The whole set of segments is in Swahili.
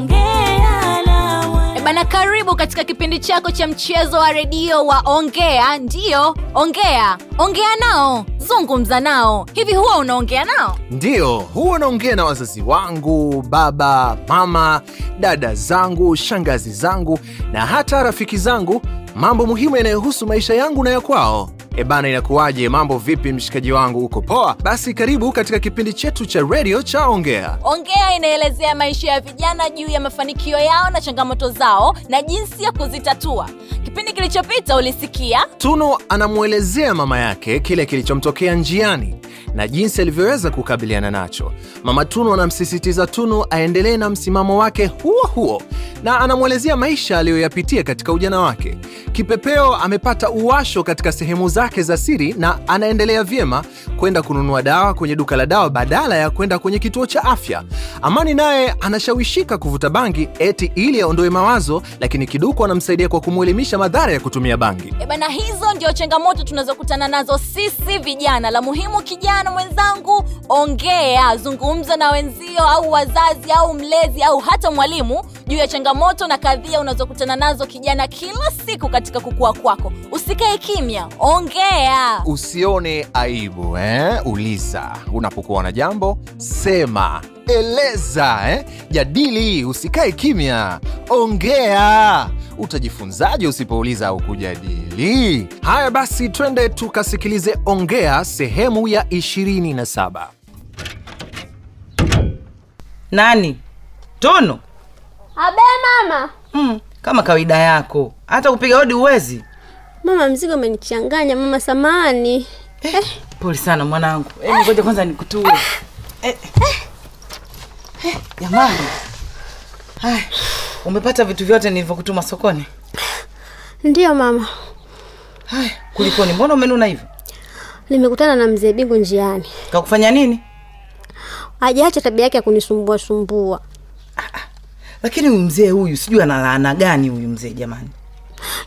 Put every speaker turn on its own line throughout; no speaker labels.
na Eh, karibu katika kipindi chako cha mchezo wa redio wa Ongea. Ndiyo, ongea, ongea nao, zungumza nao. Hivi huwa unaongea nao?
Ndiyo, huwa naongea na wazazi wangu, baba, mama, dada zangu, shangazi zangu na hata rafiki zangu, mambo muhimu yanayohusu maisha yangu na ya kwao. Ebana, inakuwaje? Mambo vipi, mshikaji wangu? Uko poa? Basi karibu katika kipindi chetu cha redio cha Ongea.
Ongea inaelezea maisha ya vijana juu ya mafanikio yao na changamoto zao na jinsi ya kuzitatua. Kipindi kilichopita ulisikia
Tunu anamwelezea mama yake kile kilichomtokea njiani na jinsi alivyoweza kukabiliana nacho. Mama Tunu anamsisitiza Tunu aendelee na msimamo wake huo huo na anamwelezea maisha aliyoyapitia katika ujana wake. Kipepeo amepata uwasho katika sehemu zake za siri na anaendelea vyema kwenda kununua dawa kwenye duka la dawa badala ya kwenda kwenye kituo cha afya. Amani naye anashawishika kuvuta bangi eti ili aondoe mawazo, lakini Kiduku anamsaidia kwa kumwelimisha madhara ya kutumia bangi.
E bana, hizo ndio changamoto tunazokutana nazo sisi vijana. La muhimu, kijana mwenzangu, ongea, zungumza na wenzio au wazazi au mlezi au hata mwalimu juu ya changamoto na kadhia unazokutana nazo kijana kila siku katika kukua kwako. Usikae kimya, ongea.
Usione aibu eh? Uliza unapokuwa na jambo, sema, eleza eh? Jadili, usikae kimya, ongea. Utajifunzaje usipouliza au kujadili? Haya basi, twende tukasikilize Ongea sehemu ya 27.
nani tunu
Abe mama,
mm, kama kawaida yako hata kupiga hodi uwezi
mama mzigo umenichanganya mama, samani.
pole sana mwanangu hebu ngoja kwanza nikutue Eh, eh, jamani haya umepata vitu vyote nilivyokutuma sokoni
Ndiyo mama,
haya kulikoni mbona umenuna hivyo
nimekutana na mzee Bingu njiani,
kakufanya nini
hajaacha tabia yake ya kunisumbua sumbua.
lakini huyu mzee huyu sijui ana laana gani huyu mzee jamani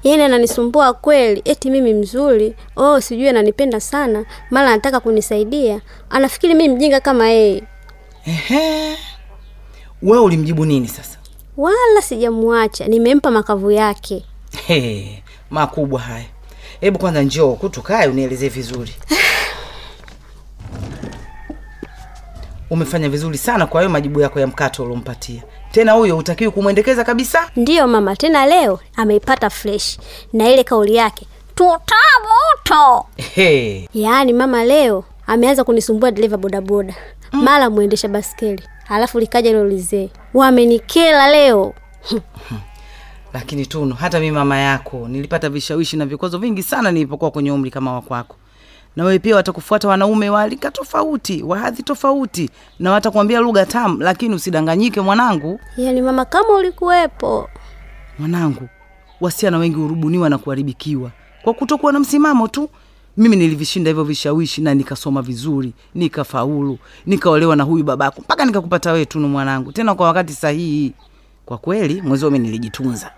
Yaani ananisumbua kweli, eti mimi mzuri, oh, sijui ananipenda sana, mara anataka kunisaidia, anafikiri mimi mjinga kama yeye.
ehe wewe ulimjibu nini sasa
Wala sijamwacha, nimempa makavu yake.
He, makubwa haya hebu kwanza njoo huku tukae unielezee vizuri umefanya vizuri sana kwa hayo majibu yako ya mkato uliompatia tena huyo hutakiwi kumwendekeza kabisa
Ndiyo mama, tena leo ameipata fresh na ile kauli yake tutabuto
He,
yaani mama leo ameanza kunisumbua dereva bodaboda mara mwendesha baskeli alafu likaja lolizee wamenikela leo Hm,
lakini tunu hata mi mama yako nilipata vishawishi na vikwazo vingi sana nilipokuwa kwenye umri kama wakwako na wewe pia watakufuata wanaume wa rika tofauti wa hadhi tofauti na watakuambia lugha tamu lakini usidanganyike mwanangu
yaani mama kama ulikuwepo
mwanangu wasichana wengi hurubuniwa na kuharibikiwa kwa kutokuwa na msimamo tu mimi nilivishinda hivyo vishawishi na nikasoma vizuri nikafaulu nikaolewa na huyu babako mpaka nikakupata wewe tunu mwanangu tena kwa wakati sahihi kwa kweli mwezi mi nilijitunza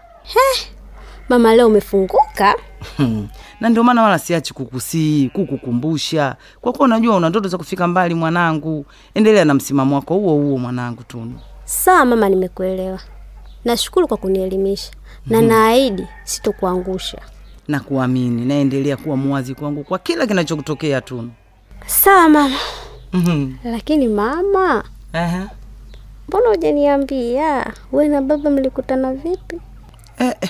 mama leo umefunguka
Hmm. na ndio maana wala siachi kukusii kukukumbusha kwa kuwa unajua una ndoto za kufika mbali mwanangu endelea na msimamo wako huo huo mwanangu tunu
sawa mama nimekuelewa nashukuru kwa kunielimisha na naahidi sitokuangusha
na kuamini naendelea kuwa mwazi kwangu kwa kila kinachokutokea tunu
sawa mama
Mhm.
lakini mama
Aha.
mbona hujaniambia we na baba mlikutana vipi
Eh, eh.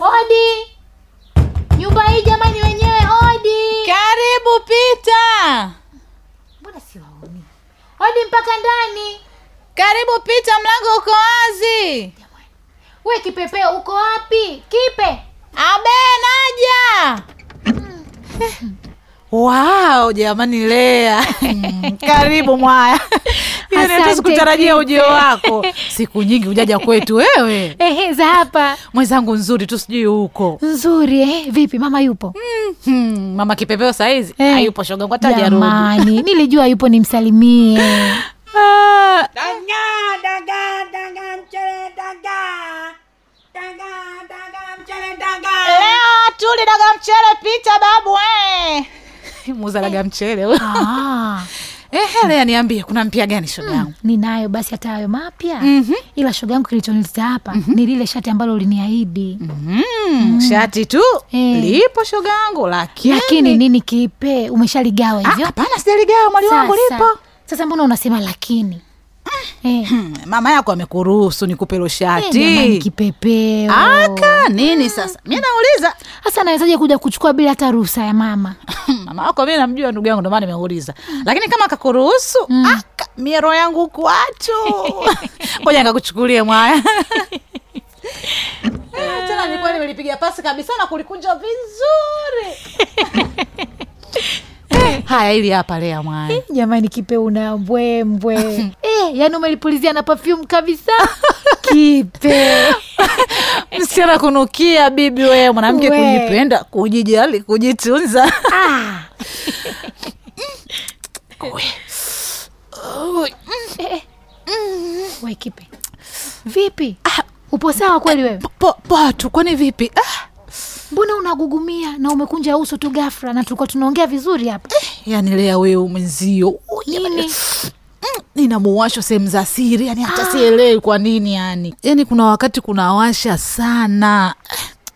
Odi! Nyumba hii jamani wenyewe odi!
Karibu pita,
Mbona siwaoni? Odi mpaka ndani.
karibu pita, mlango uko wazi.
We kipepeo uko wapi? Kipe.
Abe naja. Wow, jamani Lea,
Mm.
karibu mwaya. Yaani hata
Asante,
sikutarajia
Pite.
ujio wako. Siku nyingi ujaja kwetu wewe.
Ehe, za hapa.
Mwenzangu nzuri tu sijui huko.
Nzuri eh? Vipi mama yupo?
Mm.
Hmm, mama kipepeo saizi
Eh.
hayupo shoga kwa tajarudi.
Jamani, nilijua yupo nimsalimie.
Ah, Leo tuli daga mchele pita babu we.
Eh.
muuzalaga mchele wewe.
Ah,
Eh, hele aniambie kuna mpya gani shoga yangu
ninayo basi hata hayo mapya ila shoga yangu kilichonileta hapa ni lile shati ambalo uliniahidi
mm. shati tu
Eh.
lipo shoga yangu lakini
lakini nini kipe umeshaligawa
Ah,
hivyo
hapana sijaligawa mwali wangu
Sasa-
lipo
sasa mbona unasema lakini eh,
Mm, mama yako amekuruhusu nikupe hilo
eh, jamani,
shati
kipepeo
aka nini sasa mi nauliza
sasa nawezaje kuja kuchukua bila hata ruhusa ya mama
mama wako mi namjua ndugu yangu ndomana nimeuliza lakini kama akakuruhusu aka miero yangu huku watu ngoja nikakuchukulie mwaya Ah, tena nilikuwa nimelipiga pasi kabisa na kulikunja vizuri Eh, haya ili hapa lea mwaya
jamani kipe una mbwembwe eh, yaani umelipulizia na perfume kabisa kipe
msichana kunukia bibi wewe mwanamke
We.
kujipenda kujijali kujitunza
ah. we kipe vipi upo sawa kweli wewe
po, po tu kwani vipi ah.
mbona unagugumia na umekunja uso tu gafra na tulikuwa tunaongea vizuri hapa Eh,
yani lea wewe mwenzio
nini
nina muwasho sehemu za siri yani hata sielewi kwa nini yani yani kuna wakati kunawasha sana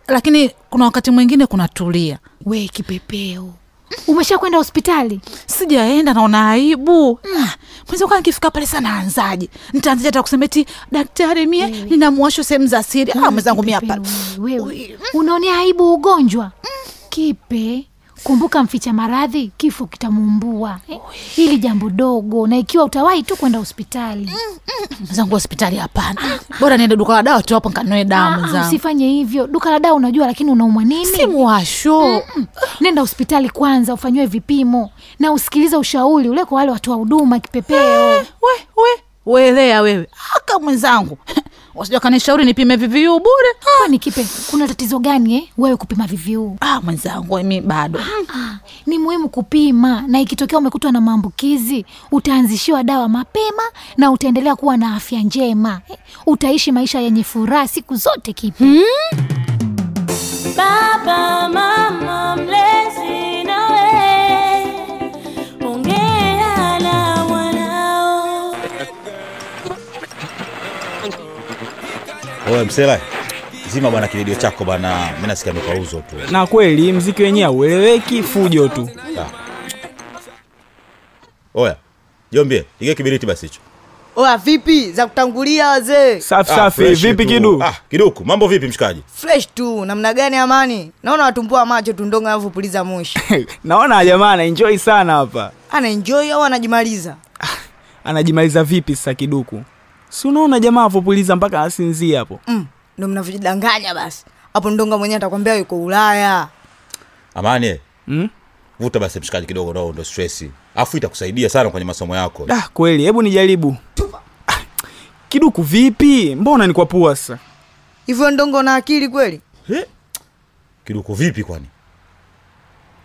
lakini kuna wakati mwingine kunatulia
we kipepeo mm. umesha kwenda hospitali
sijaenda naona aibu mm. mwenzi kwa nikifika pale sana anzaje nitaanzaje hata kusema eti daktari mie nina muwasho sehemu za siri ah, mwenzangu mie hapa
Wewe, wewe, unaonea aibu ugonjwa kipe kumbuka mficha maradhi kifo kitamuumbua Eh, hili jambo dogo na ikiwa utawahi tu kwenda hospitali
mwenzangu hospitali hapana bora niende duka la dawa tu hapo nkanue
Ah,
dawa
ah,
mwenzangu
usifanye hivyo duka la dawa unajua lakini unaumwa nini
si muwasho
Mm. nenda hospitali kwanza ufanyiwe vipimo na usikilize ushauri ule kwa wale watu wa huduma kipepeo
we we welea wewe aka mwenzangu wasija kanishauri nipime viviu bure Ah.
kwani kipe kuna tatizo gani eh? wewe kupima viviuu
ah, mwenzangu mi bado
Ah, ni muhimu kupima na ikitokea umekutwa na maambukizi utaanzishiwa dawa mapema na utaendelea kuwa na afya njema Eh, utaishi maisha yenye furaha siku zote kipi
Baba, mama, mlezi nawe, ongea na mwanao.
Owe msela, zima bwana kiredio chako bwana, mimi nasikia mikauzo tu.
na kweli mziki wenyewe haueleweki fujo tu
Oya, jombie, ige kibiriti basi hicho.
oa vipi za kutangulia wazee
safi
Ah,
safi
fresh
vipi
tu.
kidu
Ah, kiduku, mambo vipi mshikaji?
fresh tu namna gani amani naona watumbua macho tu ndonga alafu puliza moshi
naona jamaa anaenjoy sana hapa Ah,
anaenjoi au anajimaliza
anajimaliza vipi sasa kiduku si unaona jamaa avopuliza mpaka asinzie hapo
mm, ndo mnavyojidanganya basi hapo ndonga mwenyewe atakwambia yuko ulaya
Amani, eh,
mm?
vuta basi mshikaji kidogo nao ndo stress. Afu itakusaidia sana kwenye masomo yako.
da kweli hebu nijaribu Ah, kiduku vipi mbona ni kwa pua sasa
hivyo ndongo na akili kweli
Eh? Kiduku vipi kwani?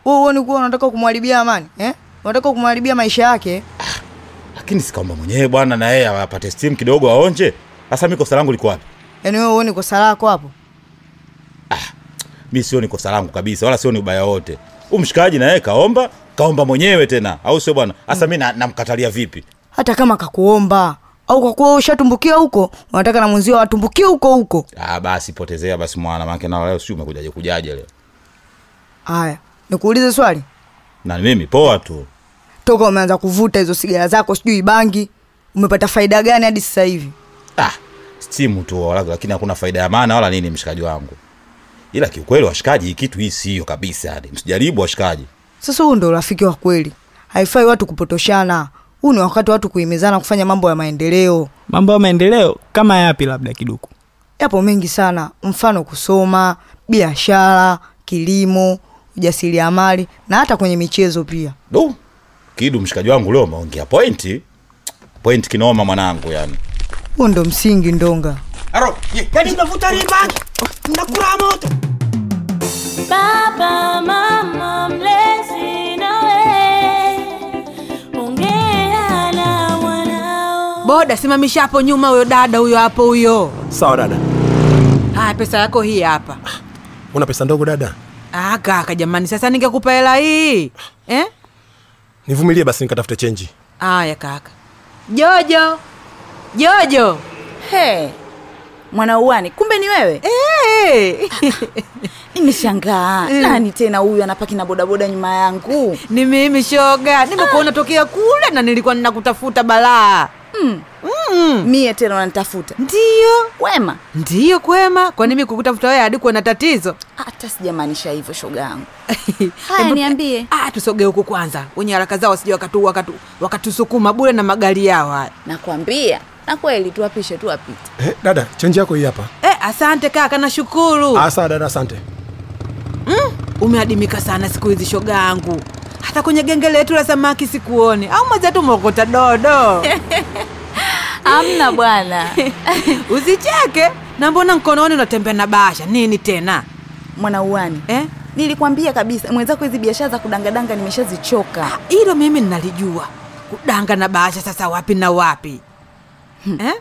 wewe huoni kuwa unataka kumharibia amani eh? unataka kumharibia maisha yake
Lakini si kama mwenyewe bwana na yeye apate steam kidogo aonje. Sasa mimi kosa langu liko wapi?
yaani wewe huoni kosa lako hapo
Mimi sioni kosa langu kabisa wala sioni ubaya wote. Huyu mshikaji na yeye kaomba, kaomba mwenyewe tena, au sio bwana?
Hmm.
Sasa mimi na- namkatalia vipi?
hata kama kakuomba au kwa kuwa ushatumbukia huko unataka na mwenzio atumbukie huko huko
Ah, basi potezea basi mwana, maana na leo sio umekujaje kujaje leo.
haya nikuulize swali
na mimi poa tu
toka umeanza kuvuta hizo sigara zako sijui bangi umepata faida gani hadi sasa hivi
ah, stimu tu wala- lakini hakuna faida ya maana wala nini mshikaji wangu ila kiukweli washikaji hii kitu hii siyo kabisa yani msijaribu washikaji
sasa huo ndo urafiki wa kweli haifai watu kupotoshana huu ni wakati watu kuhimizana kufanya mambo ya maendeleo
mambo ya maendeleo kama yapi labda kiduku
yapo mengi sana mfano kusoma biashara kilimo ujasiriamali na hata kwenye michezo pia
du kidu mshikaji wangu leo umeongea pointi point kinoma mwanangu yani
huo ndo msingi ndonga
Baba, mama, mlezi nawe, ongea na mwanao.
boda simamisha hapo nyuma huyo dada huyo hapo huyo
sawa dada
haya pesa yako hii hapa
una pesa ndogo dada
Ah, kaka jamani sasa ningekupa hela hii eh?
nivumilie basi nikatafute chenji
Aya kaka. Jojo, Jojo. He, mwanauani, kumbe ni wewe? Hey. Nimeshangaa,
Eh.
nani tena huyu anapaki na bodaboda nyuma yangu? Ni mimi shoga, nimekuona tokea kule na nilikuwa ninakutafuta balaa. Mm.
Hmm.
Mm. Mie tena unanitafuta? Ndiyo. Kwema?
ndiyo kwema kwa nini kukutafuta wewe hadi kuwa na tatizo
Hata sijamaanisha hivyo shoga yangu.
haya niambie ah tusogee huku kwanza wenye haraka zao wasije wakatu wakatu wakatusukuma bure na magari yao haya
nakwambia na kweli tuwapishe tuwapite
eh, dada chenji yako hii hapa
eh, asante kaka
Oh.
nashukuru
asa dada asante
mm, umeadimika sana siku hizi shoga yangu hata kwenye genge letu la samaki sikuoni au mwenzetu mokota dodo
Amna bwana.
usicheke na mbona mkononi unatembea na bahasha nini tena
mwanauani
eh?
nilikwambia kabisa mwenzako hizi biashara za kudangadanga nimeshazichoka
hilo mimi nalijua kudanga na bahasha sasa wapi na wapi eh?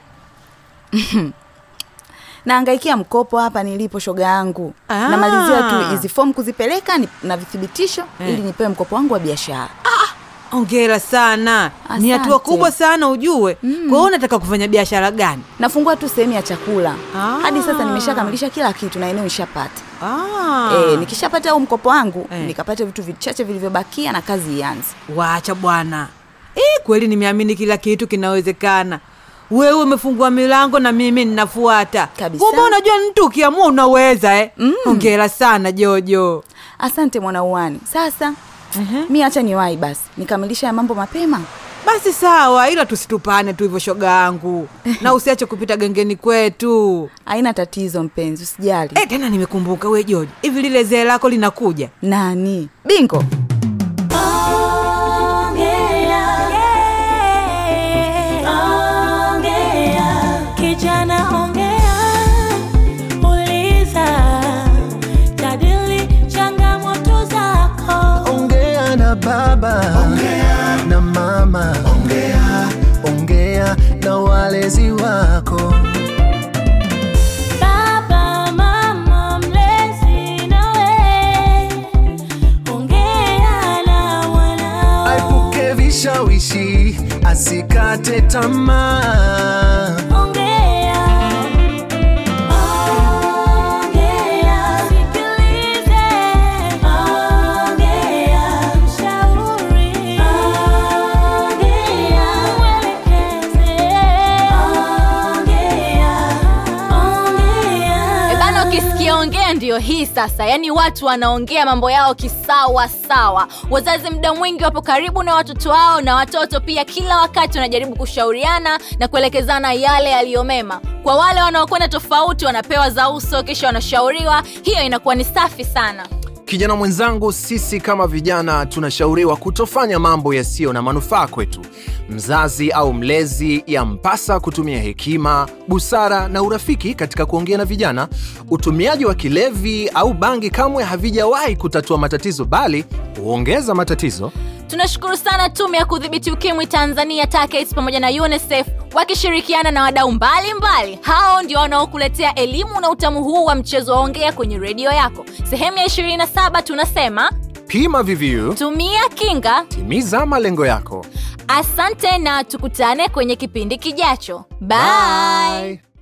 naangaikia mkopo hapa nilipo shoga yangu
Ah.
namalizia tu hizi fomu kuzipeleka ni- na vithibitisho
Eh.
ili nipewe mkopo wangu wa biashara Ah,
ongera sana ni hatua kubwa sana ujue mm. kwao unataka kufanya biashara gani
nafungua tu sehemu ya chakula hadi sasa nimeshakamilisha kila kitu na eneo nishapata
ah. Eh.
e, nikishapata huu mkopo wangu nikapata vitu vichache vilivyobakia na kazi ianze
waacha bwana Eh, kweli nimeamini kila kitu kinawezekana wewe umefungua milango na mimi ninafuata kumbe unajua mtu ukiamua unaweza eh? mm. ongera sana jojo
asante mwanauani sasa mi hacha niwahi basi nikamilisha ya mambo mapema
basi sawa ila tusitupane tu hivyo shoga yangu na usiache kupita gengeni kwetu
haina tatizo mpenzi usijali
Eh.
e, tena nimekumbuka we jojo hivi lile zee lako linakuja
nani bingo
Ongea, kijana ongea, uliza, jadili changamoto zako.
ongea na baba ongea na mama ongea ongea na walezi wako
Baba, mama, mlezi nawe, ongea na wanao.
aepuke vishawishi asikate tamaa
Ongea, ongea, sikilize, ongea, mshauri, ongea, mwelekeze, ongea.
E bana, ukisikia ongea ndiyo hii sasa. Yaani watu wanaongea mambo yao kisawa sawa. Wazazi muda mwingi wapo karibu na watoto wao, na watoto pia kila wakati wanajaribu kushauriana na kuelekezana yale yaliyomema. Kwa wale wanaokwenda tofauti, wanapewa za uso, kisha wanashauriwa. Hiyo inakuwa ni safi sana.
kijana mwenzangu sisi kama vijana tunashauriwa kutofanya mambo yasiyo na manufaa kwetu mzazi au mlezi yampasa kutumia hekima busara na urafiki katika kuongea na vijana utumiaji wa kilevi au bangi kamwe havijawahi kutatua matatizo bali huongeza matatizo
Tunashukuru sana Tume ya Kudhibiti Ukimwi Tanzania TACAIDS pamoja na UNICEF wakishirikiana na wadau mbalimbali. Hao ndio wanaokuletea elimu na utamu huu wa mchezo wa ongea kwenye redio yako. Sehemu ya 27 tunasema
pima viviu
tumia kinga.
timiza malengo yako
Asante na tukutane kwenye kipindi kijacho. Bye. Bye.